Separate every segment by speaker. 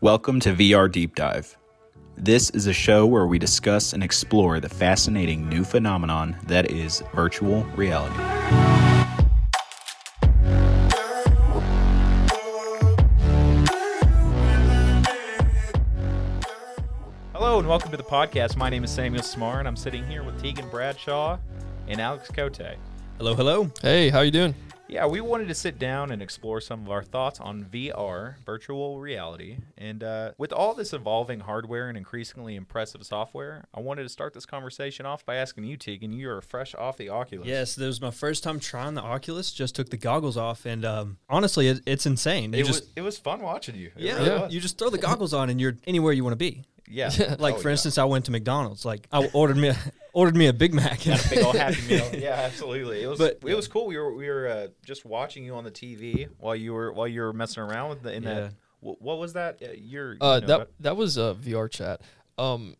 Speaker 1: Welcome to VR Deep Dive. This is a show where we discuss and explore the fascinating new phenomenon that is virtual reality.
Speaker 2: Hello and welcome to the podcast. My name is Samuel Smar, and I'm sitting here with Tegan Bradshaw and Alex Cote.
Speaker 3: Hello, hello.
Speaker 4: Hey, how you doing?
Speaker 2: Yeah, we wanted to sit down and explore some of our thoughts on VR, virtual reality, and uh, with all this evolving hardware and increasingly impressive software, I wanted to start this conversation off by asking you, Tegan. You are fresh off the Oculus.
Speaker 3: Yes, this was my first time trying the Oculus. Just took the goggles off, and um, honestly, it, it's insane. You
Speaker 2: it
Speaker 3: just
Speaker 2: was it was fun watching you. It
Speaker 3: yeah,
Speaker 2: really was.
Speaker 3: you just throw the goggles on, and you're anywhere you want to be.
Speaker 2: yeah.
Speaker 3: Like
Speaker 2: Oh,
Speaker 3: for
Speaker 2: yeah.
Speaker 3: instance, I went to McDonald's. Like I ordered me a, ordered me a Big Mac.
Speaker 2: big old happy meal. Yeah, absolutely. It was
Speaker 3: But-
Speaker 2: it was cool. We were we were uh, just watching you on the TV while you were while you were messing around with the in
Speaker 3: Yeah.
Speaker 2: that. wh- What was that? Uh, Your
Speaker 4: Uh,
Speaker 2: you know,
Speaker 4: that that was uh, VR chat, um,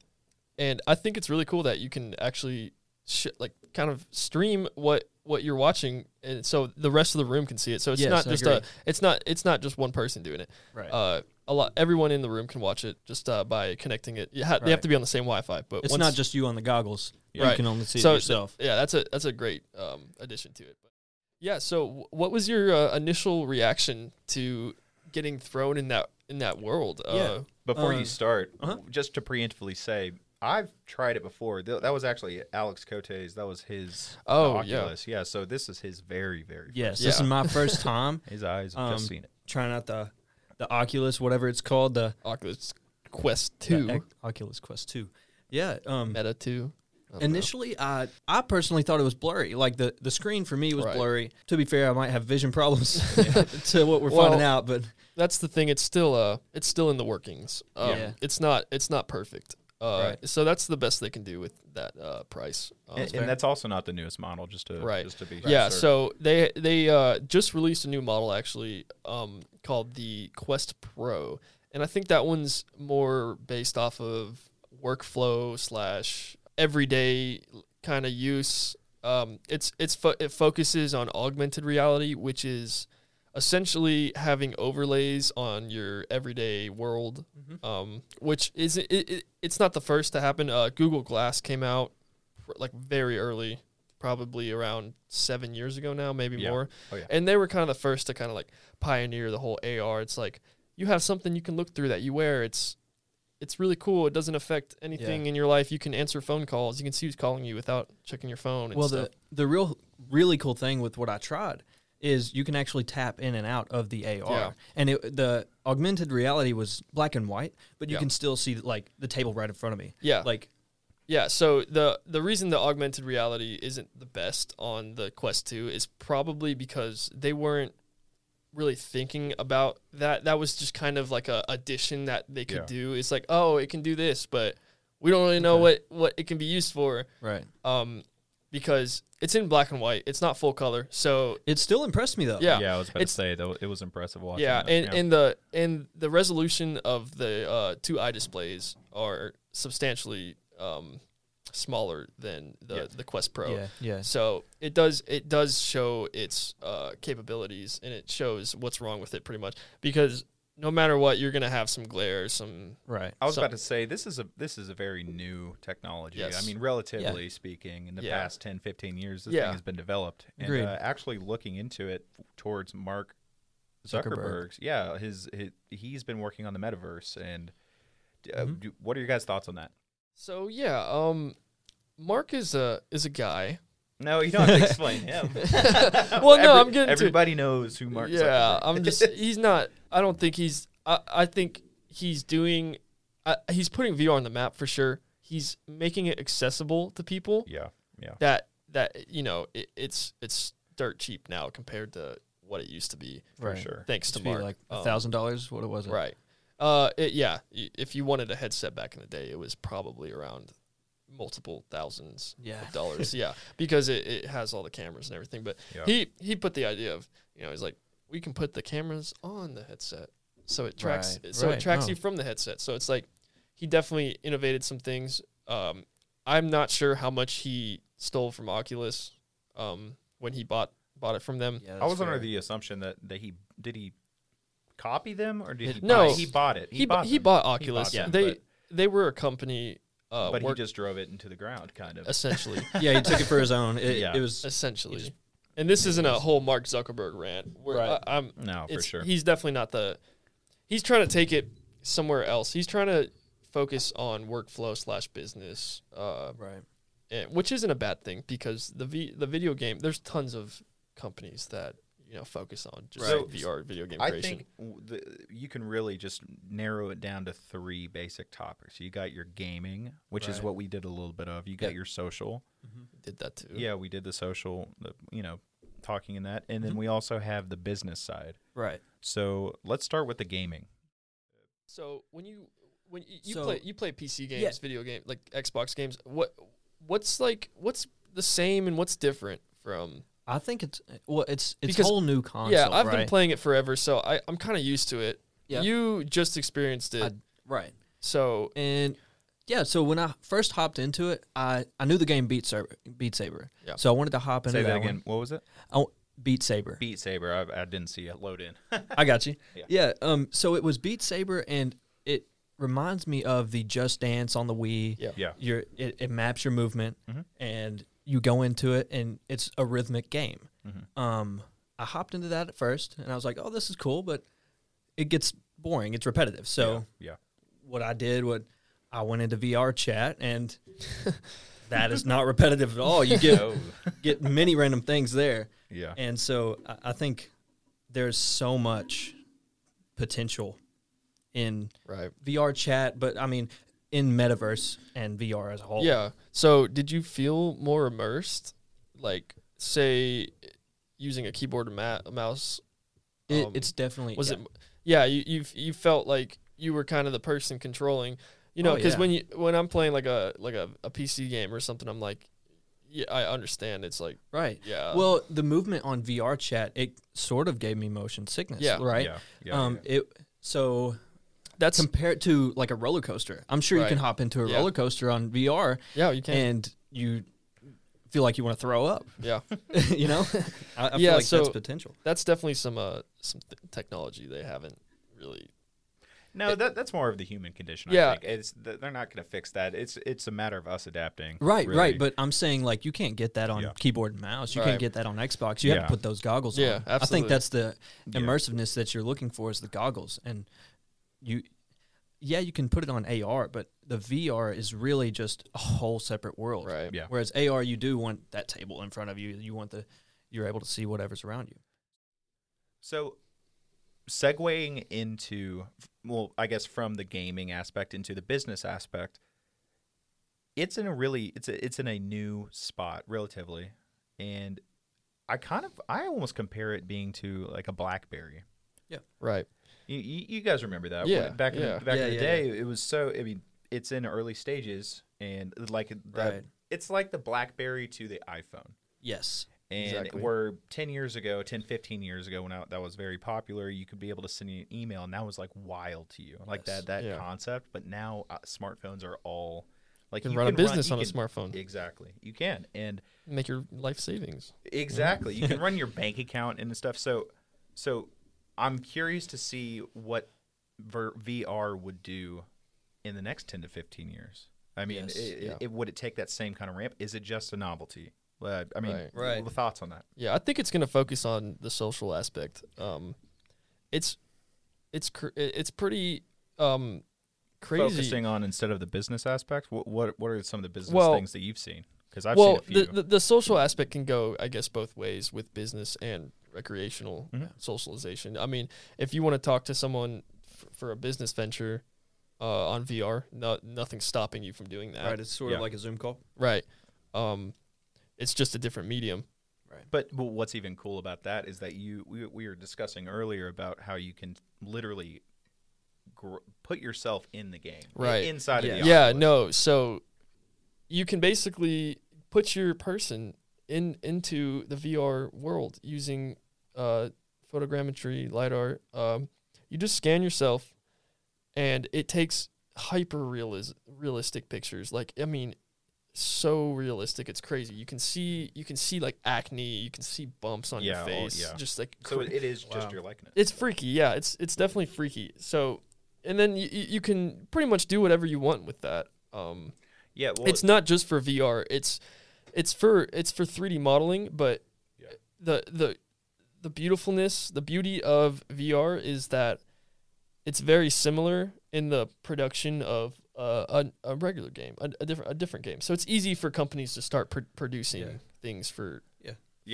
Speaker 4: and I think it's really cool that you can actually sh- like kind of stream what what you're watching, and so the rest of the room can see it. So it's
Speaker 3: Yes,
Speaker 4: not
Speaker 3: I
Speaker 4: just
Speaker 3: agree.
Speaker 4: a it's not it's not just one person doing it.
Speaker 3: Right.
Speaker 4: Uh, a lot everyone in the room can watch it just uh, by connecting it. You ha- They have
Speaker 2: Right.
Speaker 4: to be on the same Wi-Fi, but
Speaker 3: it's
Speaker 4: once-
Speaker 3: not just you on the goggles. You
Speaker 4: Right.
Speaker 3: can only see
Speaker 4: So
Speaker 3: it
Speaker 4: th-
Speaker 3: yourself.
Speaker 4: yeah, that's a that's a great um, addition to it. But yeah. So w- what was your uh, initial reaction to getting thrown in that in that world?
Speaker 3: Yeah.
Speaker 4: Uh,
Speaker 2: before you
Speaker 3: uh,
Speaker 2: start,
Speaker 3: uh-huh.
Speaker 2: just to preemptively say, I've tried it before. Th- that was actually Alex Cote's. That was his. the
Speaker 4: Oh, yeah.
Speaker 2: Oculus. yeah. So this is his very very. first-
Speaker 3: yes, this is
Speaker 4: Yeah.
Speaker 3: my first time
Speaker 2: His eyes have
Speaker 3: Um,
Speaker 2: just seen it.
Speaker 3: trying out the the Oculus, whatever it's called, the
Speaker 4: Oculus Quest
Speaker 3: the
Speaker 4: Two,
Speaker 3: Ec- Oculus Quest Two. Yeah. Um,
Speaker 4: Meta Two. I
Speaker 3: Oh,
Speaker 4: don't know.
Speaker 3: Initially, I I personally thought it was blurry. Like the, the screen for me was
Speaker 4: Right.
Speaker 3: blurry. To be fair, I might have vision problems to what we're
Speaker 4: Well,
Speaker 3: finding out. But
Speaker 4: that's the thing. It's still uh, it's still in the workings. Um,
Speaker 3: Yeah.
Speaker 4: It's not it's not perfect. Uh,
Speaker 3: Right.
Speaker 4: So that's the best they can do with that uh, price. Um,
Speaker 2: And, and that's also not the newest model. Just to
Speaker 4: right.
Speaker 2: Just to be
Speaker 4: yeah.
Speaker 2: sure.
Speaker 4: So they they uh, just released a new model actually um, called the Quest Pro, and I think that one's more based off of workflow slash everyday kind of use. Um, it's it's fo- it focuses on augmented reality, which is essentially having overlays on your everyday world,
Speaker 2: Mm-hmm.
Speaker 4: um, which is it, it, it's not the first to happen. Uh, Google Glass came out pr- like very early, probably around seven years ago now, maybe
Speaker 2: Yeah.
Speaker 4: more.
Speaker 2: Oh, yeah.
Speaker 4: And they were kind of the first to kind of like pioneer the whole AR. It's like you have something you can look through that you wear. It's it's really cool. It doesn't affect anything in your life. You can answer phone calls. You can see who's calling you without checking your phone. And
Speaker 3: well,
Speaker 4: stuff.
Speaker 3: the the real really cool thing with what I tried is you can actually tap in and out of the AR,
Speaker 4: Yeah.
Speaker 3: and it, the augmented reality was black and white, but you
Speaker 4: Yeah.
Speaker 3: can still see like the table right in front of me.
Speaker 4: Yeah.
Speaker 3: like
Speaker 4: Yeah, so the the reason the augmented reality isn't the best on the Quest 2 is probably because they weren't really thinking about that. That was just kind of like a addition that they could
Speaker 2: Yeah.
Speaker 4: do. It's like, oh, it can do this, but we don't really know what what it can be used for.
Speaker 3: right.
Speaker 4: Um because it's in black and white. It's not full color. So
Speaker 3: It still impressed me though.
Speaker 4: yeah.
Speaker 2: Yeah, I was about to
Speaker 4: It's-
Speaker 2: say though it was impressive watching.
Speaker 4: Yeah,
Speaker 2: that.
Speaker 4: and, and the and the resolution of the uh, two eye displays are substantially um, smaller than the,
Speaker 2: Yeah.
Speaker 4: the Quest Pro.
Speaker 3: yeah, yeah.
Speaker 4: So it does it does show its uh, capabilities and it shows what's wrong with it pretty much because no matter what you're gonna have some glare some
Speaker 3: Right.
Speaker 2: I was
Speaker 4: So-
Speaker 2: about to say this is a this is a very new technology. I
Speaker 4: Yes.
Speaker 2: mean, relatively speaking, in the
Speaker 4: Yeah.
Speaker 2: past 10, 15 years, this
Speaker 4: Yeah.
Speaker 2: thing has been developed. And
Speaker 3: Agreed.
Speaker 2: uh, actually looking into it towards Mark
Speaker 3: Zuckerberg.
Speaker 2: Zuckerberg's, yeah, his, his he's been working on the metaverse. And uh,
Speaker 4: Mm-hmm.
Speaker 2: do, what are your guys' thoughts on that?
Speaker 4: so yeah um Mark is a is a guy
Speaker 2: No, you don't have to explain him.
Speaker 4: well no I'm getting to
Speaker 2: everybody knows who Mark.
Speaker 4: yeah
Speaker 2: Zuckerberg
Speaker 4: I'm
Speaker 2: is.
Speaker 4: just he's not I don't think he's I I think he's doing I, he's putting VR on the map for sure he's making it accessible to people
Speaker 2: yeah, yeah,
Speaker 4: that that you know it, it's it's dirt cheap now compared to what it used to be
Speaker 2: for sure.
Speaker 4: thanks
Speaker 3: Used
Speaker 4: to
Speaker 3: to be
Speaker 4: Mark.
Speaker 3: like a
Speaker 4: Um,
Speaker 3: thousand dollars. What it was.
Speaker 4: Right. Uh, it, yeah. y- If you wanted a headset back in the day, it was probably around multiple thousands
Speaker 3: Yeah.
Speaker 4: of dollars. yeah, because it, it has all the cameras and everything. But
Speaker 2: Yeah.
Speaker 4: he he put the idea of you know he's like we can put the cameras on the headset, so it tracks
Speaker 3: Right,
Speaker 4: so it
Speaker 3: right, Oh.
Speaker 4: tracks
Speaker 3: no.
Speaker 4: you from the headset. So it's like he definitely innovated some things. Um, I'm not sure how much he stole from Oculus um, when he bought bought it from them.
Speaker 3: Yeah,
Speaker 2: I
Speaker 3: that's
Speaker 2: was under
Speaker 3: fair.
Speaker 2: the assumption that, that he did he copy them, or did he?
Speaker 4: No.
Speaker 2: buy, he bought it. He,
Speaker 4: He, bu-
Speaker 2: bought.
Speaker 4: he
Speaker 2: them.
Speaker 4: bought Oculus.
Speaker 2: them,
Speaker 4: they
Speaker 2: but-
Speaker 4: they were a company. Uh,
Speaker 2: but he
Speaker 4: work-
Speaker 2: just drove it into the ground, kind of.
Speaker 4: essentially,
Speaker 3: Yeah, he took it for his own. It,
Speaker 2: Yeah.
Speaker 3: it was
Speaker 4: essentially. and this isn't a whole Mark Zuckerberg rant. Where
Speaker 3: Right.
Speaker 4: I, I'm
Speaker 2: No, for
Speaker 4: it's-
Speaker 2: sure.
Speaker 4: He's definitely not the. He's trying to take it somewhere else. He's trying to focus on workflow slash business, uh,
Speaker 3: right.
Speaker 4: and, which isn't a bad thing because the v, the video game. There's tons of companies that you know focus on just
Speaker 2: Right.
Speaker 4: VR video game
Speaker 2: I
Speaker 4: creation.
Speaker 2: think w- the, you can really just narrow it down to three basic topics. You got your gaming, which is
Speaker 3: Right.
Speaker 2: what we did a little bit of. You got
Speaker 4: Yep.
Speaker 2: your social.
Speaker 4: Did that too.
Speaker 2: Yeah, we did the social, the, you know, talking in that. And
Speaker 3: Mm-hmm.
Speaker 2: then we also have the business side.
Speaker 3: Right.
Speaker 2: So let's start with the gaming.
Speaker 4: So when you when you, you
Speaker 3: So-
Speaker 4: play you play PC games,
Speaker 3: Yeah.
Speaker 4: video game like Xbox games, what what's like what's the same and what's different from
Speaker 3: I think it's eh, well, it's it's
Speaker 4: Because-
Speaker 3: whole new console.
Speaker 4: yeah i've
Speaker 3: right?
Speaker 4: been playing it forever so I, i'm kind of used to it
Speaker 3: Yeah.
Speaker 4: you just experienced it
Speaker 3: I- right.
Speaker 4: so
Speaker 3: And yeah, so when I first hopped into it, I, I knew the game Beat Saber. Beat Saber.
Speaker 4: Yeah.
Speaker 3: So I wanted to hop into
Speaker 2: Say that,
Speaker 3: that
Speaker 2: again.
Speaker 3: One.
Speaker 2: What was it?
Speaker 3: I w- Beat Saber.
Speaker 2: Beat Saber. I, I didn't see it load in.
Speaker 3: I got you.
Speaker 2: Yeah.
Speaker 3: Yeah. Um. So it was Beat Saber, and it reminds me of the Just Dance on the Wii.
Speaker 4: Yeah.
Speaker 2: Yeah.
Speaker 3: Your it, it maps your movement, and you go into it, and it's a rhythmic game. Um. I hopped into that at first, and I was like, "Oh, this is cool," but it gets boring. It's repetitive. So
Speaker 2: yeah.
Speaker 3: what I did what I went into VR chat and that is not repetitive at all. You get
Speaker 2: Oh.
Speaker 3: get many random things there.
Speaker 2: Yeah.
Speaker 3: And so I, I think there's so much potential in
Speaker 4: right
Speaker 3: VR chat, but I mean in metaverse and VR as a whole.
Speaker 4: yeah so did you feel more immersed like say using a keyboard and ma- a mouse
Speaker 3: It,
Speaker 4: Um,
Speaker 3: it's definitely
Speaker 4: was
Speaker 3: yeah.
Speaker 4: it yeah you you you felt like you were kind of the person controlling you know
Speaker 3: Oh,
Speaker 4: because
Speaker 3: yeah.
Speaker 4: when you when i'm playing like a like a, a pc game or something i'm like yeah i understand it's like
Speaker 3: right.
Speaker 4: yeah
Speaker 3: Well, the movement on VR chat, it sort of gave me motion sickness,
Speaker 4: Yeah.
Speaker 3: right?
Speaker 2: Yeah. Yeah.
Speaker 3: um it so
Speaker 4: that's
Speaker 3: compare it to like a roller coaster. I'm sure you can
Speaker 4: Right.
Speaker 3: hop into a
Speaker 4: Yeah.
Speaker 3: roller coaster on VR
Speaker 4: yeah you can
Speaker 3: and you feel like you want to throw up.
Speaker 4: yeah
Speaker 3: you know, I, I
Speaker 4: Yeah,
Speaker 3: feel like
Speaker 4: so-
Speaker 3: that's potential.
Speaker 4: that's definitely some uh some th- technology they haven't really
Speaker 2: No, that, that's more of the human condition.
Speaker 4: Yeah.
Speaker 2: I think. It's, th- they're not going to fix that. It's it's a matter of us adapting.
Speaker 3: Right,
Speaker 2: really.
Speaker 3: right. But I'm saying like you can't get that on
Speaker 2: Yeah.
Speaker 3: keyboard and mouse. You
Speaker 4: Right.
Speaker 3: can't get that on Xbox. You
Speaker 2: Yeah.
Speaker 3: have to put those goggles
Speaker 4: Yeah,
Speaker 3: on. I
Speaker 4: absolutely.
Speaker 3: think that's the immersiveness that you're looking for is the goggles. And you yeah, you can put it on AR, but the VR is really just a whole separate world.
Speaker 4: right
Speaker 2: Yeah.
Speaker 3: Whereas AR you do want that table in front of you. You want the you're able to see whatever's around you.
Speaker 2: So, segueing into, well, I guess from the gaming aspect into the business aspect, it's in a really, it's a, it's in a new spot relatively, and I kind of, I almost compare it being to like a BlackBerry.
Speaker 4: right
Speaker 2: You, you, you guys remember that?
Speaker 4: Yeah,
Speaker 2: Back in
Speaker 4: yeah.
Speaker 2: the, back
Speaker 3: Yeah,
Speaker 2: in the
Speaker 3: yeah,
Speaker 2: day, it was so. I mean, it's in early stages, and like that,
Speaker 3: Right.
Speaker 2: it's like the BlackBerry to the iPhone.
Speaker 3: Yes.
Speaker 2: And
Speaker 4: Exactly.
Speaker 2: where 10 years ago, 10, 15 years ago, when I, that was very popular, you could be able to send you an email, and that was like wild to you, like
Speaker 3: Yes.
Speaker 2: that that
Speaker 4: Yeah.
Speaker 2: concept. But now uh, smartphones are all like
Speaker 4: You can run a business on a smartphone.
Speaker 2: Exactly, you can, and
Speaker 4: make your life savings
Speaker 2: Exactly. You can run your bank account and stuff. So, so I'm curious to see what ver- VR would do in the next 10 to 15 years. I mean,
Speaker 3: Yes,
Speaker 2: it,
Speaker 4: yeah.
Speaker 2: it, would it take that same kind of ramp? Is it just a novelty? Uh, I mean,
Speaker 4: Right.
Speaker 3: Right.
Speaker 2: the thoughts on that?
Speaker 4: yeah i think it's going to focus on the social aspect um it's it's cr- it- it's pretty um crazy
Speaker 2: Focusing on instead of the business aspect, what what, what are some of the business
Speaker 4: Well-
Speaker 2: things that you've seen? Because I've
Speaker 4: well
Speaker 2: seen a few.
Speaker 4: The, the the social aspect can go i guess both ways with business and recreational
Speaker 2: Mm-hmm.
Speaker 4: socialization i mean if you want to talk to someone f- for a business venture uh, on vr no, nothing's stopping you from doing that
Speaker 3: Right. It's sort
Speaker 2: Yeah.
Speaker 3: of like a Zoom call.
Speaker 4: Right. Um, it's just a different medium.
Speaker 2: But, but what's even cool about that is that you we, we were discussing earlier about how you can literally gr- put yourself in the game,
Speaker 4: Right.
Speaker 2: Inside
Speaker 3: Yeah.
Speaker 2: of the
Speaker 4: Yeah. No. So you can basically put your person in into the VR world using uh, photogrammetry, lidar. Um, you just scan yourself, and it takes hyper realistic pictures. Like I mean, so realistic. It's crazy. You can see you can see like acne. You can see bumps on
Speaker 2: Yeah,
Speaker 4: your
Speaker 2: oh,
Speaker 4: face.
Speaker 2: yeah.
Speaker 4: Just like
Speaker 2: So
Speaker 4: cra-
Speaker 2: it is
Speaker 3: Wow.
Speaker 2: just your likeness.
Speaker 4: it's freaky. Yeah, it's it's definitely freaky. So, and then you, you can pretty much do whatever you want with that. Um,
Speaker 2: yeah, well,
Speaker 4: it's not just for VR. It's it's for it's for 3D modeling, but
Speaker 2: Yeah.
Speaker 4: the the the beautifulness, the beauty of VR is that it's very similar in the production of uh, a, a regular game, a, a different a different game. So it's easy for companies to start pr- producing
Speaker 3: Yeah.
Speaker 4: things for
Speaker 2: Yeah,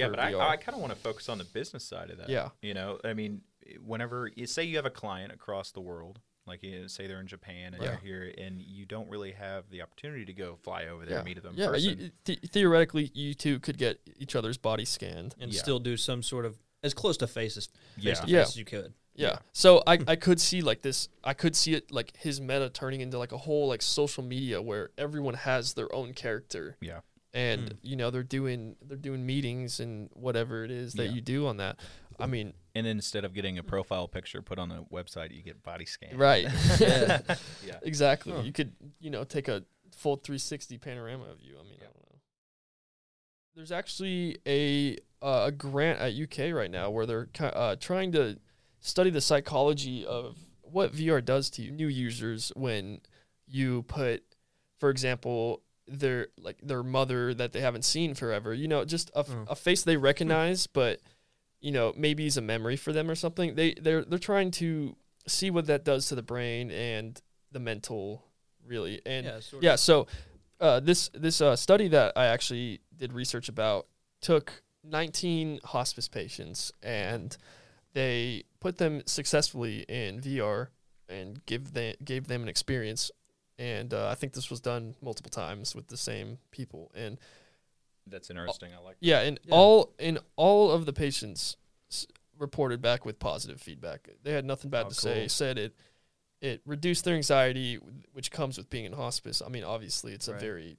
Speaker 4: for
Speaker 2: but I,
Speaker 4: VR.
Speaker 2: I kind of want to focus on the business side of that.
Speaker 4: Yeah.
Speaker 2: You know, I mean, whenever you say you have a client across the world, like you know, say they're in Japan and
Speaker 4: Right.
Speaker 2: they're here, and you don't really have the opportunity to go fly over there
Speaker 4: yeah.
Speaker 2: and meet them. in
Speaker 4: Yeah,
Speaker 2: person.
Speaker 4: you, th- theoretically, you two could get each other's body scanned.
Speaker 3: and
Speaker 2: Yeah.
Speaker 3: still do some sort of as close to face as
Speaker 2: Yeah.
Speaker 3: face to face
Speaker 4: Yeah.
Speaker 3: as you could.
Speaker 4: Yeah. So I, I could see like this I could see it like his meta turning into like a whole like social media where everyone has their own character
Speaker 2: yeah.
Speaker 4: and you know they're doing they're doing meetings and whatever it is that
Speaker 2: Yeah.
Speaker 4: you do on that. I mean,
Speaker 2: And then instead of getting a profile picture put on the website, you get body scan.
Speaker 4: right.
Speaker 3: Yeah.
Speaker 2: Yeah.
Speaker 4: exactly.
Speaker 3: Huh.
Speaker 4: You could, you know, take a full 360 panorama of you. I mean, I don't know. There's actually a uh, a grant at UK right now where they're ki- uh, trying to study the psychology of what VR does to you, new users when you put, for example, their like their mother that they haven't seen forever. You know, just a, f-
Speaker 3: Mm.
Speaker 4: a face they recognize, but you know maybe is a memory for them or something. They they're they're trying to see what that does to the brain and the mental really and yeah,
Speaker 3: sort of.
Speaker 4: so uh, this this uh, study that i actually did research about took 19 hospice patients and they put them successfully in vr and give them gave them an experience and uh, i think this was done multiple times with the same people and
Speaker 2: That's interesting. I like
Speaker 4: yeah, and
Speaker 3: Yeah.
Speaker 4: all in all of the patients s- reported back with positive feedback. They had nothing bad
Speaker 2: Oh,
Speaker 4: to say.
Speaker 2: cool.
Speaker 4: Said it it reduced their anxiety, w- which comes with being in hospice. I mean, obviously, it's
Speaker 3: Right.
Speaker 4: a very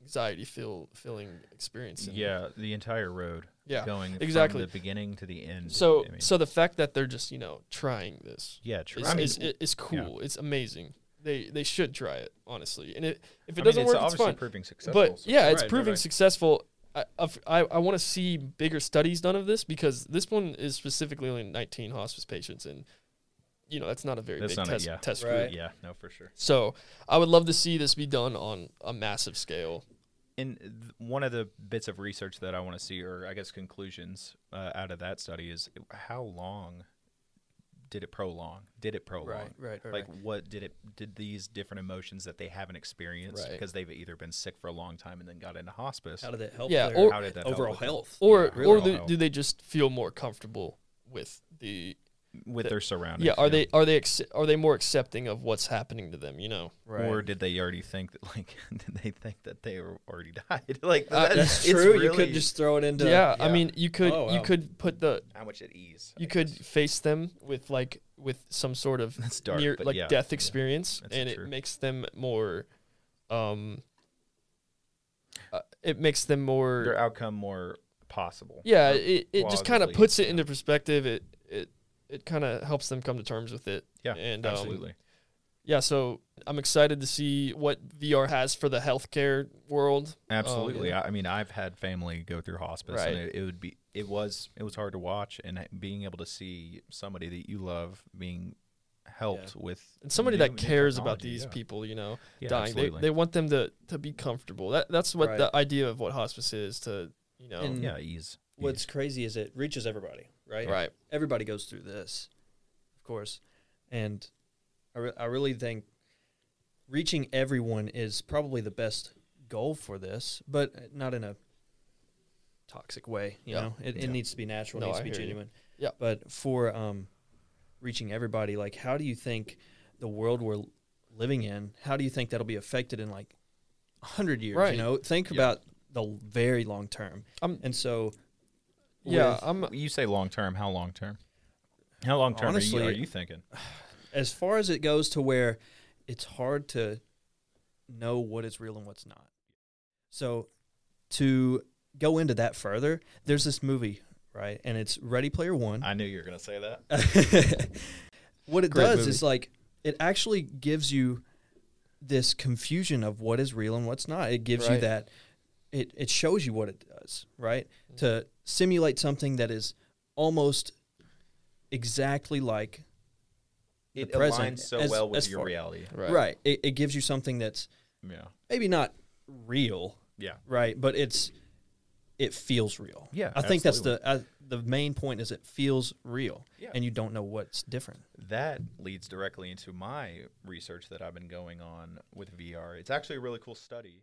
Speaker 4: anxiety fill filling experience. and-
Speaker 2: Yeah. The entire road.
Speaker 4: yeah.
Speaker 2: Going
Speaker 4: exactly.
Speaker 2: from the beginning to the end.
Speaker 4: So
Speaker 2: I mean,
Speaker 4: so the fact that they're just you know trying this
Speaker 2: yeah, true.
Speaker 4: is,
Speaker 2: I mean,
Speaker 4: is, is, is cool. It's amazing. They they should try it honestly. And it, if it
Speaker 2: I mean,
Speaker 4: doesn't
Speaker 2: it's
Speaker 4: work, it's
Speaker 2: obviously
Speaker 4: fine.
Speaker 2: proving successful.
Speaker 4: But
Speaker 2: so-
Speaker 4: yeah,
Speaker 3: Right,
Speaker 4: it's
Speaker 3: right,
Speaker 4: proving
Speaker 3: right.
Speaker 4: successful. I, I've- I, I want to see bigger studies done of this because this one is specifically only 19 hospice patients, and you know that's not a very
Speaker 2: That's
Speaker 4: big
Speaker 2: not a-
Speaker 4: test,
Speaker 2: yeah.
Speaker 4: test
Speaker 3: Right.
Speaker 4: group.
Speaker 2: yeah, no, for sure.
Speaker 4: So I would love to see this be done on a massive scale.
Speaker 2: and th- one of the bits of research that I want to see, or I guess conclusions uh, out of that study, is how long did it prolong? Did it prolong?
Speaker 3: Right, right, right.
Speaker 2: Like, what did it? Did these different emotions that they haven't experienced
Speaker 4: Right.
Speaker 2: because they've either been sick for a long time and then got into hospice?
Speaker 3: how did that help?
Speaker 4: Yeah,
Speaker 3: their
Speaker 4: or-
Speaker 2: How did that help
Speaker 3: overall
Speaker 2: with them?
Speaker 3: health?
Speaker 4: Or
Speaker 2: Yeah,
Speaker 4: or
Speaker 2: overall
Speaker 4: do,
Speaker 2: health.
Speaker 4: do they just feel more comfortable with the?
Speaker 2: with their surroundings?
Speaker 4: yeah, are they are they acce- are they more accepting of what's happening to them? You know.
Speaker 2: Or did they already think that like did they think that they were already died? like
Speaker 4: Uh,
Speaker 2: that-
Speaker 3: that's
Speaker 2: it's
Speaker 3: true. You
Speaker 2: really
Speaker 3: could just throw it into
Speaker 4: yeah, I mean, you could
Speaker 3: Oh,
Speaker 4: you
Speaker 3: wow.
Speaker 4: could put the
Speaker 2: how much at ease.
Speaker 4: you
Speaker 2: I
Speaker 4: could
Speaker 2: guess.
Speaker 4: face them with like with some sort of
Speaker 2: That's dark,
Speaker 4: near
Speaker 2: but
Speaker 4: like
Speaker 2: yeah.
Speaker 4: death experience
Speaker 2: That's
Speaker 4: and
Speaker 2: true.
Speaker 4: it makes them more um uh, it makes them more
Speaker 2: their outcome more possible.
Speaker 4: yeah it, it just kind of
Speaker 2: plausibly,
Speaker 4: puts it into perspective it it it kind of helps them come to terms with it
Speaker 2: Yeah,
Speaker 4: and um,
Speaker 2: absolutely.
Speaker 4: yeah so i'm excited to see what vr has for the healthcare world Um,
Speaker 2: Absolutely.
Speaker 4: yeah.
Speaker 2: I I mean, I've had family go through hospice, and
Speaker 4: Right.
Speaker 2: it, it would be it was it was hard to watch, and it- being able to see somebody that you love being helped with
Speaker 4: and somebody
Speaker 2: new-
Speaker 4: that
Speaker 2: new
Speaker 4: cares about
Speaker 2: technology,
Speaker 4: these
Speaker 2: yeah.
Speaker 4: people you know
Speaker 2: Yeah,
Speaker 4: dying they,
Speaker 2: absolutely.
Speaker 4: they want them to to be comfortable that that's what
Speaker 3: Right.
Speaker 4: the idea of what hospice is to you know
Speaker 3: And-
Speaker 2: yeah, ease.
Speaker 3: What's crazy is it reaches everybody, right?
Speaker 4: right
Speaker 3: Everybody goes through this, of course, and I, re- I really think reaching everyone is probably the best goal for this, but uh, not in a toxic way. You
Speaker 4: Yeah.
Speaker 3: know, it, it
Speaker 2: Yeah.
Speaker 3: needs to be natural,
Speaker 4: No,
Speaker 3: it needs
Speaker 4: I
Speaker 3: to be
Speaker 4: hear you.
Speaker 3: genuine.
Speaker 4: Yeah.
Speaker 3: But for um, reaching everybody, like, how do you think the world we're l- living in? How do you think that'll be affected in like hundred years?
Speaker 4: Right.
Speaker 3: You know, think
Speaker 4: Yeah. Um,
Speaker 3: about the l- very long term,
Speaker 4: I'm-
Speaker 3: and so.
Speaker 4: yeah
Speaker 3: with-
Speaker 4: i'm
Speaker 2: you say long term? How long term? How long term are you,
Speaker 3: Honestly,
Speaker 2: are you thinking?
Speaker 3: as far as it goes to where it's hard to know what is real and what's not. So to go into that further, there's this movie, right? And it's Ready Player One.
Speaker 2: I knew you were gonna say that.
Speaker 3: what it
Speaker 4: Great
Speaker 3: does
Speaker 4: movie.
Speaker 3: is like it actually gives you this confusion of what is real and what's not. It gives you
Speaker 4: Right.
Speaker 3: that it it shows you what it does, right?
Speaker 2: Mm-hmm.
Speaker 3: To simulate something that is almost exactly like
Speaker 2: It
Speaker 3: the present
Speaker 2: aligns so
Speaker 3: as-
Speaker 2: well with
Speaker 3: as
Speaker 2: your
Speaker 3: far-
Speaker 2: reality.
Speaker 4: Right.
Speaker 3: right. It, it gives you something that's
Speaker 2: Yeah.
Speaker 3: maybe not real,
Speaker 2: Yeah.
Speaker 3: right? But it's it feels real.
Speaker 2: Yeah,
Speaker 3: I think
Speaker 2: absolutely.
Speaker 3: that's the uh, the main point is it feels real,
Speaker 2: Yeah.
Speaker 3: and you don't know what's different.
Speaker 2: that leads directly into my research that I've been going on with VR. It's actually a really cool study.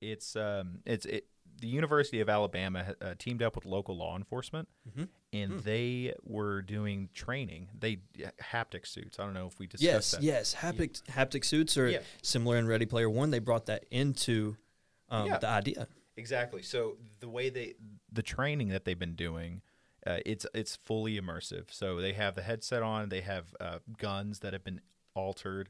Speaker 2: It's um, it's it. The University of Alabama uh, teamed up with local law enforcement, and they were doing training. They uh, haptic suits. I don't know if we discussed
Speaker 3: Yes,
Speaker 2: that.
Speaker 3: yes. Haptic haptic suits are
Speaker 2: Yeah.
Speaker 3: similar in Ready Player One. They brought that into um,
Speaker 2: Yeah.
Speaker 3: the idea.
Speaker 2: Exactly. So the way they the training that they've been doing, uh, it's it's fully immersive. So they have the headset on. They have uh, guns that have been altered.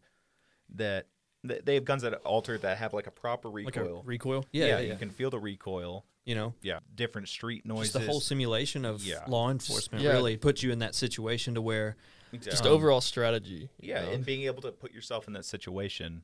Speaker 2: That th- they have guns that are altered that have like a proper
Speaker 3: Like a
Speaker 2: recoil.
Speaker 3: recoil. Yeah, yeah, yeah.
Speaker 2: you can feel the recoil.
Speaker 3: You know,
Speaker 2: Yeah, different street
Speaker 3: just
Speaker 2: noises.
Speaker 3: the whole simulation of
Speaker 2: Yeah.
Speaker 3: law enforcement
Speaker 4: yeah.
Speaker 3: really puts you in that situation to where
Speaker 4: Just
Speaker 2: Um,
Speaker 4: overall strategy. you
Speaker 2: Yeah,
Speaker 4: know.
Speaker 2: and being able to put yourself in that situation.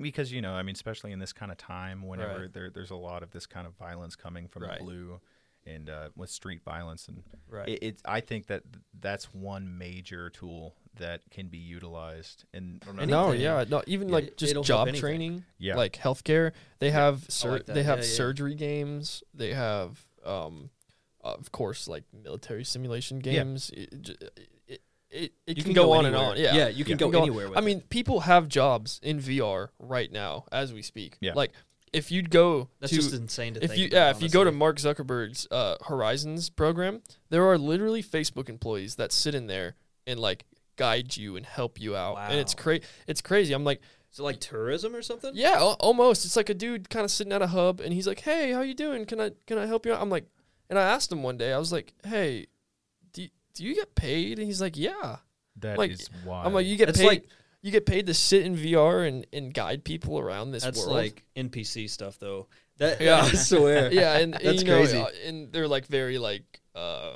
Speaker 2: Because you know, I mean, especially in this kind of time, whenever
Speaker 3: Right.
Speaker 2: there, there's a lot of this kind of violence coming from
Speaker 3: Right.
Speaker 2: the blue, and uh, with street violence, and
Speaker 3: Right.
Speaker 2: it, it's I think that th- that's one major tool that can be utilized. And
Speaker 4: No,
Speaker 3: anything.
Speaker 4: yeah, no. Even
Speaker 3: It-
Speaker 4: like just
Speaker 3: it'll help
Speaker 4: job
Speaker 3: anything.
Speaker 4: training,
Speaker 2: Yeah.
Speaker 4: like healthcare. They have sur-
Speaker 3: like that.
Speaker 4: they have
Speaker 3: Yeah, yeah.
Speaker 4: surgery games. They have, um, of course, like military simulation games. It, j- it, it, it can, go, on
Speaker 3: anywhere.
Speaker 4: and on. Yeah,
Speaker 3: Yeah, you can go anywhere with
Speaker 4: I mean, people have jobs in VR right now as we speak.
Speaker 2: Yeah.
Speaker 4: like if you'd go
Speaker 3: that's
Speaker 4: to,
Speaker 3: just insane to
Speaker 4: if
Speaker 3: think.
Speaker 4: you
Speaker 3: about,
Speaker 4: yeah, if you go to
Speaker 3: honestly.
Speaker 4: Mark Zuckerberg's uh, Horizons program, there are literally Facebook employees that sit in there and like guide you and help you out, and it's
Speaker 3: Wow.
Speaker 4: cra- it's crazy. I'm like,
Speaker 3: is it like tourism or something?
Speaker 4: yeah, al- almost. It's like a dude kind of sitting at a hub, and he's like, hey, how you doing? Can I can I help you out? I'm like, and I asked him one day, I was like, hey, do you, do you get paid? And he's like, yeah.
Speaker 2: that
Speaker 4: like,
Speaker 2: is wild.
Speaker 4: I'm like, you get
Speaker 3: It's
Speaker 4: paid.
Speaker 3: like-
Speaker 4: you get paid to sit in VR and, and guide people around this
Speaker 3: that's
Speaker 4: world.
Speaker 3: like NPC stuff though. That
Speaker 4: Yeah.
Speaker 3: I swear.
Speaker 4: yeah, and
Speaker 3: That's
Speaker 4: you know,
Speaker 3: crazy.
Speaker 4: uh, and they're like very like uh,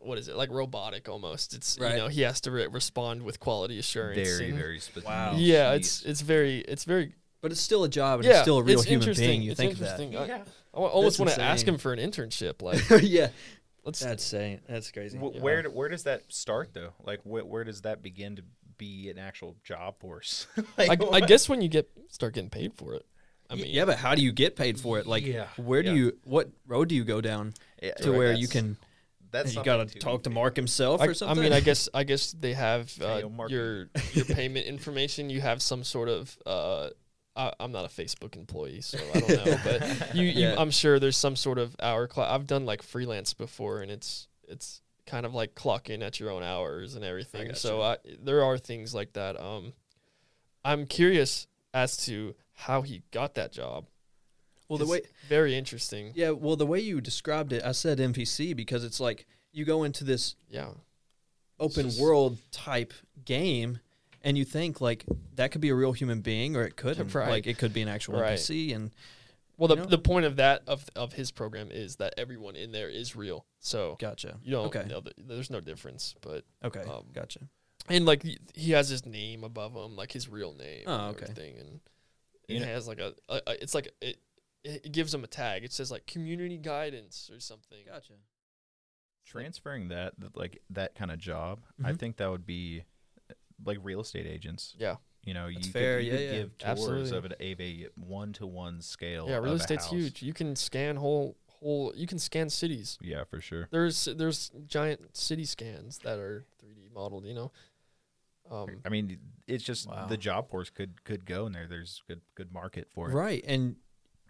Speaker 4: what is it? Like robotic almost. It's
Speaker 3: Right.
Speaker 4: you know he has to re- respond with quality assurance.
Speaker 2: very
Speaker 4: and-
Speaker 2: very specific.
Speaker 3: Wow.
Speaker 4: Yeah, it's it's very it's very
Speaker 3: Oh, But it's still a job and
Speaker 4: yeah.
Speaker 3: it's still a real
Speaker 4: it's
Speaker 3: human
Speaker 4: interesting.
Speaker 3: being. You
Speaker 4: it's
Speaker 3: think of that.
Speaker 4: interesting. I,
Speaker 2: Yeah.
Speaker 4: I wa- almost
Speaker 3: That's
Speaker 4: want to ask
Speaker 3: insane.
Speaker 4: him for an internship. Like
Speaker 3: yeah.
Speaker 4: let's
Speaker 3: That's insane. That's crazy.
Speaker 2: Wh- Where do- where does that start though? Like wh- where does that begin to be an actual job force?
Speaker 4: I,
Speaker 2: Like,
Speaker 4: I guess when you get start getting paid for it. I mean,
Speaker 3: yeah, but how do you get paid for it? Like,
Speaker 2: Yeah,
Speaker 3: where do
Speaker 2: yeah.
Speaker 3: you? What road do you go down
Speaker 2: Yeah,
Speaker 3: to
Speaker 2: right,
Speaker 3: where
Speaker 2: that's-
Speaker 3: you can?
Speaker 2: that's
Speaker 3: You got
Speaker 2: something
Speaker 3: to talk to Mark himself
Speaker 4: I,
Speaker 3: or
Speaker 4: I
Speaker 3: something.
Speaker 4: mean, I guess I guess they have uh,
Speaker 2: Fail marketing.
Speaker 4: your your payment information. You have some sort of. Uh, I, I'm not a Facebook employee, so I don't know. But you, you
Speaker 3: Yeah.
Speaker 4: I'm sure there's some sort of hour clock. I've done like freelance before, and it's it's kind of like clock in at your own hours and everything. So I, there are things like that. Um, I'm curious as to how he got that job.
Speaker 3: well, the
Speaker 4: It's
Speaker 3: way
Speaker 4: very interesting.
Speaker 3: yeah, well, the way you described it, I said NPC because it's like you go into this
Speaker 4: Yeah.
Speaker 3: open world type game, and you think like that could be a real human being or it couldn't.
Speaker 4: Right.
Speaker 3: Like it could be an actual
Speaker 4: Right.
Speaker 3: NPC, and
Speaker 4: Well, the,
Speaker 3: know?
Speaker 4: the point of that of of his program is that everyone in there is real. So
Speaker 3: gotcha.
Speaker 4: You don't
Speaker 3: okay,
Speaker 4: know. th- There's no difference, but
Speaker 3: okay,
Speaker 4: um,
Speaker 3: gotcha.
Speaker 4: and like y- he has his name above him, like his real name.
Speaker 3: Oh,
Speaker 4: and
Speaker 3: okay.
Speaker 4: Everything, and
Speaker 2: You
Speaker 4: it
Speaker 2: know-
Speaker 4: has like a, a, a- it's like it, it it gives him a tag. It says like community guidance or something.
Speaker 3: Gotcha.
Speaker 2: transferring that th- like that kind of job i
Speaker 4: Mm-hmm.
Speaker 3: Mhm.
Speaker 2: think that would be uh, like real estate agents
Speaker 4: Yeah,
Speaker 2: you know
Speaker 3: That's
Speaker 2: you
Speaker 3: fair,
Speaker 2: could, you
Speaker 3: yeah,
Speaker 2: could
Speaker 3: yeah.
Speaker 2: give tours
Speaker 4: Absolutely.
Speaker 2: of, an, of a one-to-one scale
Speaker 4: yeah.
Speaker 2: of
Speaker 4: Real
Speaker 2: a
Speaker 4: estate's
Speaker 2: house.
Speaker 4: huge. You can scan whole whole. You can scan cities.
Speaker 2: yeah for sure
Speaker 4: There's there's giant city scans that are 3D modeled. You know. Um,
Speaker 2: i mean it's just
Speaker 3: Wow.
Speaker 2: the job force could could go in there there's good good market for it
Speaker 3: Right, and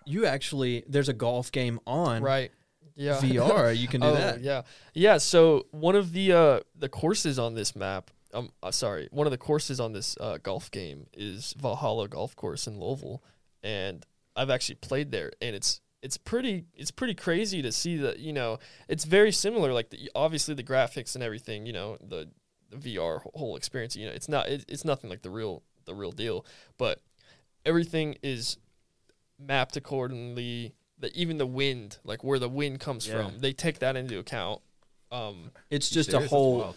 Speaker 3: you actually there's a golf game on
Speaker 4: right. Yeah.
Speaker 3: VR. You can do
Speaker 4: oh,
Speaker 3: that.
Speaker 4: Yeah, yeah. So one of the uh, the courses on this map, um, uh, sorry, one of the courses on this uh, golf game is Valhalla Golf Course in Louisville, and I've actually played there, and it's it's pretty it's pretty crazy to see that you know it's very similar. Like the, obviously the graphics and everything, you know the, the VR wh- whole experience. You know, it's not it, it's nothing like the real the real deal, but everything is mapped accordingly. That even the wind, like where the wind comes
Speaker 3: Yeah.
Speaker 4: from, they take that into account. Um,
Speaker 3: It's just a
Speaker 2: Serious, that's
Speaker 3: whole
Speaker 2: wild.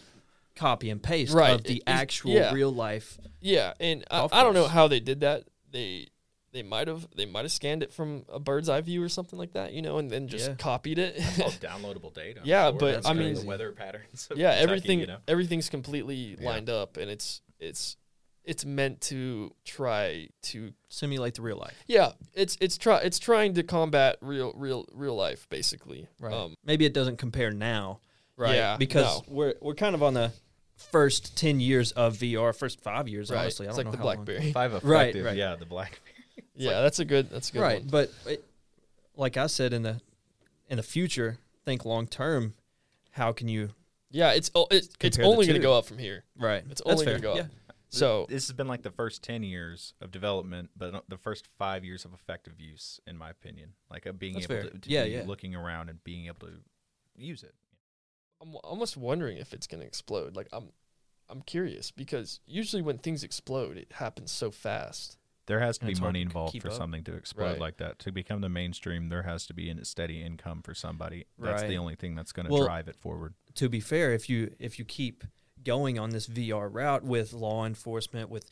Speaker 3: copy and paste
Speaker 4: Right,
Speaker 3: of the
Speaker 4: it- it's-
Speaker 3: actual
Speaker 4: yeah.
Speaker 3: real life
Speaker 4: yeah, and I,
Speaker 3: Golf
Speaker 4: I don't know
Speaker 3: course.
Speaker 4: how they did that. they they might have they might have scanned it from a bird's eye view or something like that, you know, and then just
Speaker 3: Yeah.
Speaker 4: copied it.
Speaker 2: All Oh, downloadable data. I'm
Speaker 4: Yeah,
Speaker 2: sure.
Speaker 4: but,
Speaker 2: That's
Speaker 4: I
Speaker 2: kinda
Speaker 4: mean-
Speaker 2: the weather patterns. of
Speaker 4: yeah,
Speaker 2: Kentucky,
Speaker 4: everything
Speaker 2: you know?
Speaker 4: everything's completely
Speaker 2: Yeah.
Speaker 4: lined up, and it's it's it's meant to try to
Speaker 3: Simulate the real life.
Speaker 4: yeah it's it's try it's trying to combat real real real life basically um
Speaker 3: Maybe it doesn't compare now, right?
Speaker 4: Yeah,
Speaker 3: because
Speaker 4: no.
Speaker 3: we're we're kind of on the first ten years of VR, first five years,
Speaker 4: right
Speaker 3: honestly. I
Speaker 4: it's
Speaker 3: don't
Speaker 4: like the
Speaker 3: know how long.
Speaker 4: BlackBerry
Speaker 2: Five
Speaker 3: Right,
Speaker 2: effective.
Speaker 3: right.
Speaker 2: Yeah, the black.
Speaker 4: yeah that's a good that's a good
Speaker 3: right
Speaker 4: one.
Speaker 3: but it, like i said in the in the future think long term how can you
Speaker 4: yeah it's oh, it, it's
Speaker 3: Compare the
Speaker 4: only going
Speaker 3: two.
Speaker 4: to go up from here
Speaker 3: right
Speaker 4: it's only going to go up so
Speaker 2: This has been like the first ten years of development, but uh, the first five years of effective use, in my opinion. Like of being
Speaker 3: That's
Speaker 2: able
Speaker 3: fair.
Speaker 2: to, to
Speaker 3: Yeah,
Speaker 2: be
Speaker 3: yeah.
Speaker 2: looking around and being able to use it.
Speaker 4: I'm almost wondering if it's going to explode. Like I'm, I'm curious because usually when things explode, it happens so fast.
Speaker 2: There has to
Speaker 3: And
Speaker 2: be
Speaker 3: it's hard
Speaker 2: money
Speaker 3: to
Speaker 2: involved
Speaker 3: keep
Speaker 2: for
Speaker 3: up.
Speaker 2: something to explode
Speaker 4: Right.
Speaker 2: like that. To become the mainstream, there has to be a steady income for somebody. That's
Speaker 3: Right.
Speaker 2: the only thing that's going to
Speaker 3: Well-
Speaker 2: drive it forward.
Speaker 3: to be fair if you if you keep going on this vr route with law enforcement with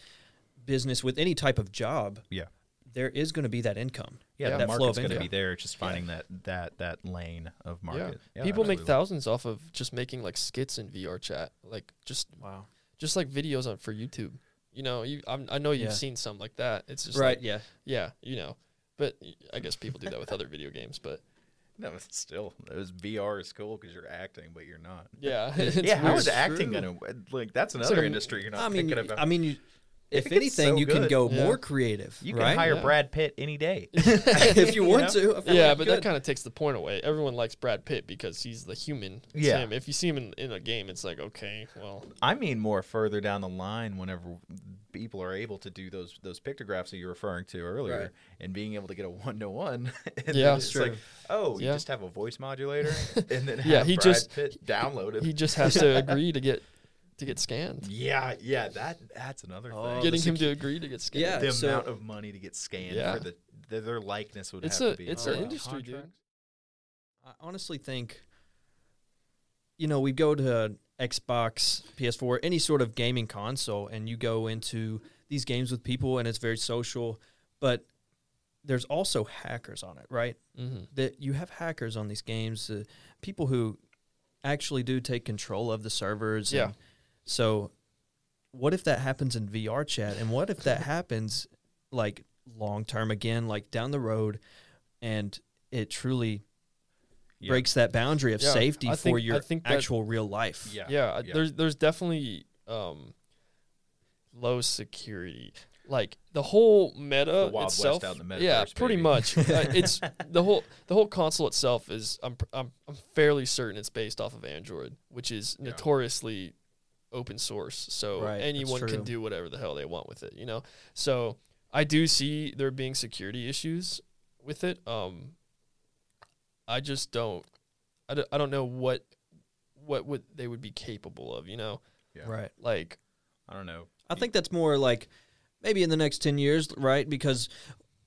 Speaker 3: business with any type of job
Speaker 2: Yeah.
Speaker 3: there is going to be that income
Speaker 2: Yeah, the
Speaker 3: that flow
Speaker 2: market's
Speaker 3: of
Speaker 2: going to
Speaker 3: income
Speaker 2: be there. It's just finding that that that lane of market.
Speaker 4: yeah. People make
Speaker 2: absolutely.
Speaker 4: thousands off of just making like skits in VR chat, like just
Speaker 3: wow
Speaker 4: just like videos on for YouTube. You know, you I'm, I know you've
Speaker 3: Yeah.
Speaker 4: seen some like that. It's just
Speaker 3: right
Speaker 4: like,
Speaker 3: yeah
Speaker 4: yeah, you know. But y- I guess people do that with other video games. But
Speaker 2: No, it's still those VR is cool because you're acting, but you're not.
Speaker 4: yeah, it's
Speaker 2: yeah, how
Speaker 4: weird.
Speaker 2: is acting
Speaker 3: True.
Speaker 2: gonna like? That's
Speaker 4: It's
Speaker 2: another
Speaker 4: like a-
Speaker 2: industry you're not
Speaker 3: i mean
Speaker 2: thinking about.
Speaker 3: i mean you, if
Speaker 2: think it's
Speaker 3: anything
Speaker 2: so
Speaker 3: you can
Speaker 2: good.
Speaker 3: go
Speaker 4: Yeah.
Speaker 3: more creative
Speaker 2: you can
Speaker 3: right
Speaker 2: hire
Speaker 4: Yeah.
Speaker 2: Brad Pitt any day.
Speaker 3: if you want
Speaker 2: know?
Speaker 3: to I feel
Speaker 4: yeah,
Speaker 3: like
Speaker 4: but
Speaker 3: you
Speaker 4: that
Speaker 3: could.
Speaker 4: kind of takes the point away. Everyone likes Brad Pitt because he's the human. It's
Speaker 2: Yeah.
Speaker 4: him. If you see him in, in a game, it's like okay, well,
Speaker 2: I mean, more further down the line, whenever people are able to do those those pictographs that you're referring to earlier,
Speaker 3: Right.
Speaker 2: and being able to get a one to one. and
Speaker 4: Yeah.
Speaker 2: then
Speaker 4: That's
Speaker 2: it's like,
Speaker 3: true.
Speaker 2: oh, you
Speaker 4: Yeah.
Speaker 2: just have a voice modulator, and then
Speaker 4: Yeah,
Speaker 2: have
Speaker 4: he
Speaker 2: Brad
Speaker 4: just-
Speaker 2: Pitt download it.
Speaker 4: he just has to agree to get to get scanned.
Speaker 2: yeah, yeah, that that's another
Speaker 3: Oh,
Speaker 2: thing.
Speaker 3: the
Speaker 4: Getting him to agree to get scanned.
Speaker 3: Yeah,
Speaker 2: the
Speaker 3: so-
Speaker 2: amount of money to get scanned
Speaker 4: Yeah.
Speaker 2: for the their, their likeness would
Speaker 4: It's
Speaker 2: have
Speaker 4: a-
Speaker 2: to be.
Speaker 4: it's
Speaker 3: an
Speaker 2: wow.
Speaker 4: industry, dude.
Speaker 2: Contracts?
Speaker 3: I honestly think, you know, we go to Xbox, PS4, any sort of gaming console, and you go into these games with people, and it's very social. But there's also hackers on it, right?
Speaker 4: Mm-hmm.
Speaker 3: That you have hackers on these games, uh, people who actually do take control of the servers.
Speaker 4: Yeah.
Speaker 3: and so, what if that happens in VR chat, and what if that happens like long term again, like down the road, and it truly
Speaker 2: Yeah.
Speaker 3: breaks that boundary of
Speaker 4: Yeah,
Speaker 3: safety
Speaker 4: I
Speaker 3: for
Speaker 4: think-
Speaker 3: your
Speaker 4: I think that-
Speaker 3: actual real life.
Speaker 2: Yeah,
Speaker 4: yeah, I- there's there's definitely um, low security. Like the whole meta
Speaker 2: The Wild West
Speaker 4: itself,
Speaker 2: out in the
Speaker 4: yeah,
Speaker 2: metaverse,
Speaker 4: pretty
Speaker 2: baby.
Speaker 4: much. Uh, it's the whole the whole console itself is I'm, pr- I'm I'm fairly certain it's based off of Android, which is
Speaker 2: Yeah.
Speaker 4: notoriously open source. So
Speaker 3: Right, that's
Speaker 4: anyone
Speaker 3: true.
Speaker 4: can do whatever the hell they want with it, you know. So I do see there being security issues with it. Um, I just don't I don't, I don't know what what would they would be capable of, you know?
Speaker 2: Yeah.
Speaker 3: Right.
Speaker 4: Like
Speaker 2: I don't know.
Speaker 3: I think that's more like maybe in the next 10 years, right? Because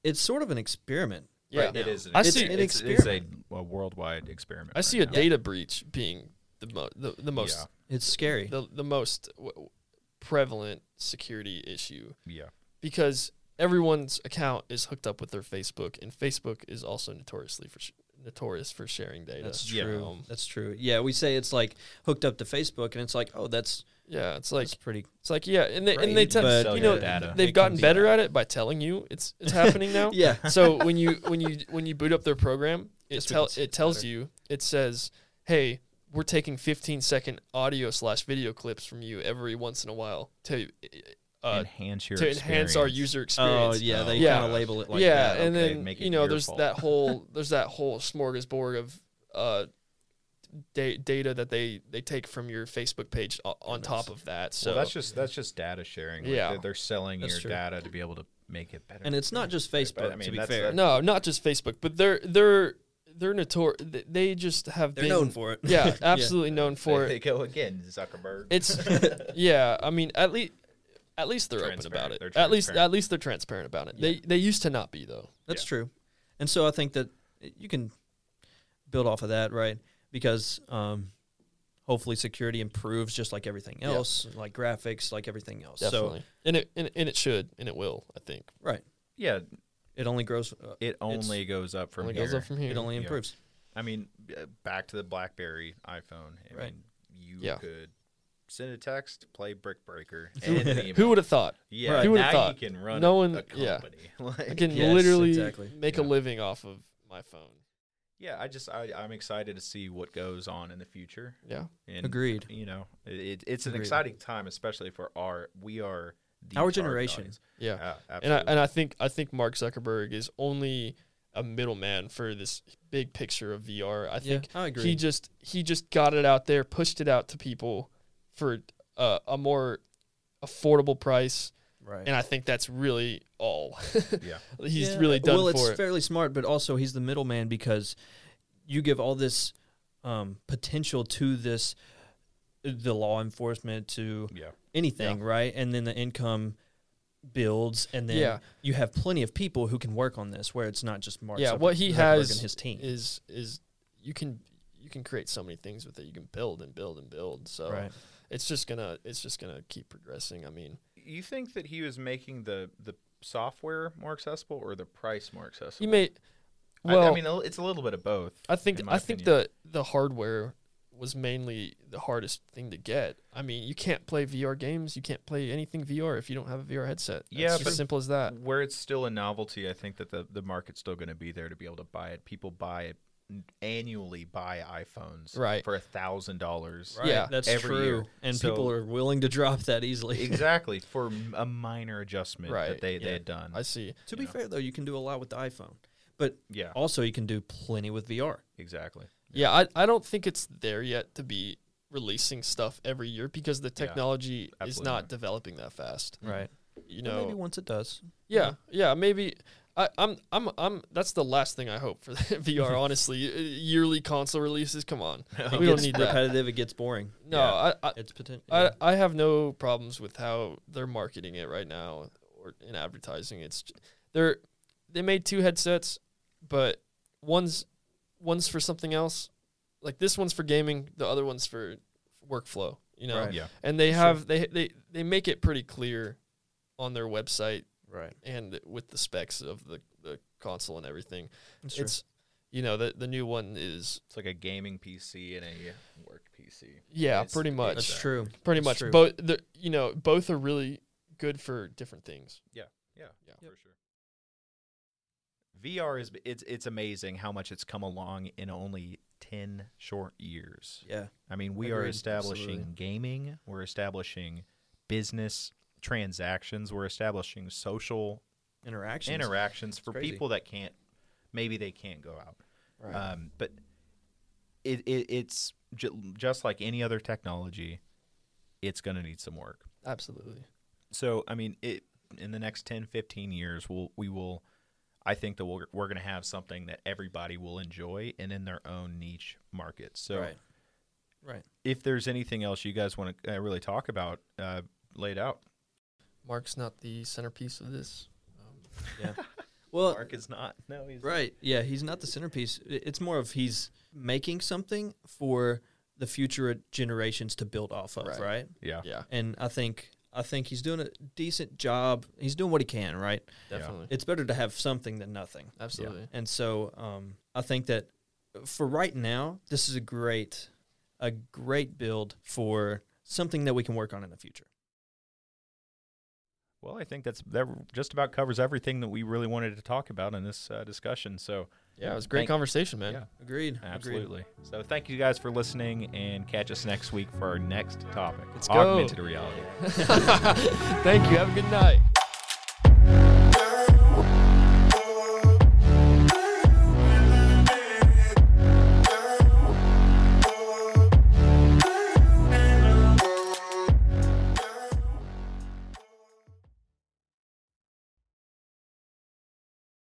Speaker 3: it's sort of an experiment.
Speaker 4: yeah,
Speaker 2: It is. An
Speaker 4: I
Speaker 2: it's,
Speaker 4: see-
Speaker 2: it's, it's,
Speaker 3: an
Speaker 2: a, a worldwide experiment.
Speaker 4: I
Speaker 2: right
Speaker 4: see a
Speaker 2: now.
Speaker 4: data breach being the mo- the, the most
Speaker 3: It's scary.
Speaker 4: the, the most w- w- prevalent security issue
Speaker 2: Yeah.
Speaker 4: because everyone's account is hooked up with their Facebook and Facebook is also notoriously for sh- notorious for sharing data.
Speaker 3: That's
Speaker 2: Yeah.
Speaker 3: true.
Speaker 4: Um,
Speaker 3: That's true. Yeah, we say it's like hooked up to Facebook, and it's like, oh, that's
Speaker 4: yeah, it's like
Speaker 3: that's pretty.
Speaker 4: it's like yeah, and they and they
Speaker 3: Right, but-
Speaker 4: tend
Speaker 2: Sell
Speaker 4: you
Speaker 2: your
Speaker 4: know
Speaker 2: data. It
Speaker 4: they've
Speaker 2: can
Speaker 4: gotten
Speaker 2: be
Speaker 4: better
Speaker 2: that.
Speaker 4: at it by telling you it's it's happening now.
Speaker 3: Yeah,
Speaker 4: so when you when you when you boot up their program, it
Speaker 3: Guess we
Speaker 4: tell
Speaker 3: can see
Speaker 4: it
Speaker 3: it
Speaker 4: tells
Speaker 3: better.
Speaker 4: you it says, "Hey, we're taking 15 second audio slash video clips from you every once in a while to uh,
Speaker 2: enhance your
Speaker 4: to enhance our
Speaker 2: experience.
Speaker 4: user
Speaker 3: oh
Speaker 4: experience."
Speaker 3: yeah,
Speaker 2: Oh,
Speaker 3: they
Speaker 4: yeah.
Speaker 3: kind of label it like
Speaker 4: yeah,
Speaker 3: that.
Speaker 4: and
Speaker 2: okay,
Speaker 4: then
Speaker 2: make it
Speaker 4: you know there's
Speaker 2: your
Speaker 4: that whole there's that whole smorgasbord of uh, da- data that they they take from your Facebook page o- on top of that. So
Speaker 2: well, that's just that's just data sharing. Like,
Speaker 4: Yeah.
Speaker 2: they're, they're selling
Speaker 3: That's
Speaker 2: your
Speaker 3: true.
Speaker 2: data to be able to make it better.
Speaker 3: And it's not just Facebook.
Speaker 2: I mean,
Speaker 3: to be
Speaker 2: that's-
Speaker 3: fair,
Speaker 2: that's-
Speaker 4: no, not just Facebook, but they're they're they're notor th- they just have
Speaker 3: they're
Speaker 4: been
Speaker 3: known for it.
Speaker 4: yeah, absolutely known
Speaker 2: There
Speaker 4: for it.
Speaker 2: they go again, Zuckerberg.
Speaker 4: It's yeah. I mean, at least at least they're open about
Speaker 2: Transparent.
Speaker 4: it.
Speaker 2: They're
Speaker 4: At least
Speaker 2: transparent.
Speaker 4: at least they're transparent about it. They they used to not be though.
Speaker 3: That's
Speaker 2: Yeah.
Speaker 3: true. And so I think that you can build off of that, right? Because um, hopefully security improves just like everything
Speaker 4: Yeah.
Speaker 3: else, like graphics, like everything else.
Speaker 4: Definitely. and it and, and it should and it will. I think.
Speaker 3: So, right.
Speaker 2: yeah,
Speaker 3: It only grows. Uh,
Speaker 2: it only goes up from
Speaker 4: Only
Speaker 2: here.
Speaker 4: goes up from here.
Speaker 3: it only
Speaker 2: Yeah.
Speaker 3: improves.
Speaker 2: I mean, uh, back to the BlackBerry iPhone. I
Speaker 3: Right.
Speaker 2: mean, you
Speaker 4: Yeah.
Speaker 2: could send a text, play Brick Breaker, and an
Speaker 4: Who
Speaker 2: email.
Speaker 4: would have thought?
Speaker 2: yeah,
Speaker 4: Right. who would've
Speaker 2: now
Speaker 4: thought?
Speaker 2: you can run
Speaker 4: No
Speaker 2: a-
Speaker 4: one-
Speaker 2: a
Speaker 4: yeah.
Speaker 2: company.
Speaker 4: I
Speaker 2: Like,
Speaker 4: can
Speaker 3: Yes,
Speaker 4: literally
Speaker 3: exactly.
Speaker 4: make a
Speaker 2: Yeah.
Speaker 4: living off of my phone.
Speaker 2: yeah, I just I, I'm excited to see what goes on in the future.
Speaker 4: Yeah.
Speaker 2: And
Speaker 3: Agreed.
Speaker 2: you know, it, it's an
Speaker 3: Agreed.
Speaker 2: exciting time, especially for our we are the
Speaker 3: Our
Speaker 2: target
Speaker 3: generation.
Speaker 2: audience.
Speaker 4: Yeah.
Speaker 2: Yeah,
Speaker 4: and I
Speaker 2: absolutely.
Speaker 4: and I think I think Mark Zuckerberg is only a middleman for this big picture of VR. I
Speaker 3: Yeah,
Speaker 4: think
Speaker 3: I agree.
Speaker 4: he just he just got it out there, pushed it out to people for uh, a more affordable price,
Speaker 3: right.
Speaker 4: and I think that's really all.
Speaker 2: yeah,
Speaker 4: He's
Speaker 3: Yeah,
Speaker 4: really done
Speaker 3: well.
Speaker 4: for
Speaker 3: it's
Speaker 4: it.
Speaker 3: fairly smart, but also he's the middleman because you give all this um, potential to this, uh, the law enforcement to
Speaker 2: yeah.
Speaker 3: anything, right? And then the income builds, and then
Speaker 4: Yeah.
Speaker 3: you have plenty of people who can work on this, where it's not just Mark.
Speaker 4: yeah,
Speaker 3: Zucker-
Speaker 4: what he
Speaker 3: Zuckerberg
Speaker 4: has
Speaker 3: and his team,
Speaker 4: is is you can you can create so many things with it. You can build and build and build. So
Speaker 3: right?
Speaker 4: it's just gonna it's just gonna keep progressing. I mean,
Speaker 2: You think that he was making the the software more accessible or the price more accessible?
Speaker 4: he may.
Speaker 2: I-
Speaker 4: Well,
Speaker 2: I, mean, it's a little bit of both.
Speaker 4: I think
Speaker 2: in my
Speaker 4: I think
Speaker 2: opinion.
Speaker 4: the the hardware was mainly the hardest thing to get. I mean, you can't play VR games, you can't play anything VR if you don't have a VR headset.
Speaker 2: Yeah,
Speaker 4: it's
Speaker 2: but- Mm.
Speaker 4: as simple as that.
Speaker 2: where it's still a novelty, I think that the the market's still going to be there to be able to buy it. People buy it annually buy iPhones
Speaker 4: Right.
Speaker 2: for a thousand dollars.
Speaker 4: Right. Yeah,
Speaker 3: that's
Speaker 2: every
Speaker 3: true,
Speaker 2: year.
Speaker 3: and
Speaker 2: So-
Speaker 3: people are willing to drop that easily.
Speaker 2: Exactly for m- a minor adjustment
Speaker 4: Right,
Speaker 2: that they,
Speaker 3: yeah.
Speaker 2: they had done.
Speaker 4: I see.
Speaker 3: to be
Speaker 2: Yeah.
Speaker 3: fair, though, you can do a lot with the iPhone, but
Speaker 2: yeah,
Speaker 3: also you can do plenty with VR.
Speaker 2: exactly.
Speaker 4: Yeah, I, I don't think it's there yet to be releasing stuff every year because the
Speaker 2: Yeah,
Speaker 4: technology is
Speaker 2: absolutely
Speaker 4: not
Speaker 2: not.
Speaker 4: developing that fast.
Speaker 3: Right.
Speaker 4: You
Speaker 3: But
Speaker 4: know.
Speaker 3: maybe once it does.
Speaker 4: yeah, yeah, maybe I, I'm I'm I'm that's the last thing I hope for VR honestly. Yearly console releases, come on.
Speaker 3: It
Speaker 4: we don't
Speaker 3: gets
Speaker 4: need that.
Speaker 3: repetitive. It gets boring.
Speaker 4: No,
Speaker 2: Yeah.
Speaker 4: I, I
Speaker 3: It's potential.
Speaker 4: I, I have no problems with how they're marketing it right now or in advertising. It's j- they're they made two headsets, but one's one's for something else. Like this one's for gaming, the other one's for workflow, you know.
Speaker 3: Right.
Speaker 2: Yeah,
Speaker 4: And they
Speaker 3: Sure.
Speaker 4: have they they they make it pretty clear on their website
Speaker 3: right.
Speaker 4: and with the specs of the the console and everything.
Speaker 3: That's true.
Speaker 4: It's you know, the the new one is
Speaker 2: it's like a gaming PC and a work PC.
Speaker 4: yeah,
Speaker 2: It's-
Speaker 4: pretty
Speaker 2: it's,
Speaker 4: much.
Speaker 3: That's
Speaker 2: uh,
Speaker 3: true.
Speaker 4: pretty
Speaker 3: That's
Speaker 4: much
Speaker 3: true.
Speaker 4: both the you know both are really good for different things
Speaker 2: Yeah,
Speaker 4: Yeah.
Speaker 2: for sure. VR is it's it's amazing how much it's come along in only ten short years.
Speaker 3: Yeah.
Speaker 2: I mean, we are
Speaker 3: Agreed.
Speaker 2: establishing
Speaker 3: Absolutely.
Speaker 2: gaming, we're establishing business transactions, we're establishing social
Speaker 3: Interactions.
Speaker 2: interactions for
Speaker 3: crazy.
Speaker 2: people that can't maybe they can't go out.
Speaker 4: Right.
Speaker 2: Um, but it, it it's ju- just like any other technology, it's going to need some work.
Speaker 4: absolutely
Speaker 2: So, I mean, it in the next 10, 15 years, we'll, we will I think that we're, we're going to have something that everybody will enjoy and in their own niche market. So,
Speaker 3: Right. Right.
Speaker 2: if there's anything else you guys want to uh, really talk about, uh, lay it out.
Speaker 4: mark's not the centerpiece of this
Speaker 3: Well,
Speaker 2: Mark is not. No, he's
Speaker 3: right. Yeah, he's not the centerpiece. I- It's more of he's making something for the future generations to build off of,
Speaker 4: Right.
Speaker 3: right?
Speaker 2: Yeah.
Speaker 4: yeah
Speaker 3: And I think I think he's doing a decent job. He's doing what he can, right?
Speaker 4: definitely
Speaker 3: It's better to have something than nothing.
Speaker 4: absolutely
Speaker 3: And so um, I think that for right now, this is a great, a great build for something that we can work on in the future.
Speaker 2: Well, I think that's that just about covers everything that we really wanted to talk about in this uh, discussion. So,
Speaker 4: yeah it was a great
Speaker 2: Thank-
Speaker 4: conversation man
Speaker 2: yeah,
Speaker 3: Agreed.
Speaker 2: absolutely. So, thank you guys for listening and catch us next week for our next topic
Speaker 4: Let's go.
Speaker 2: augmented reality.
Speaker 4: thank you have a good night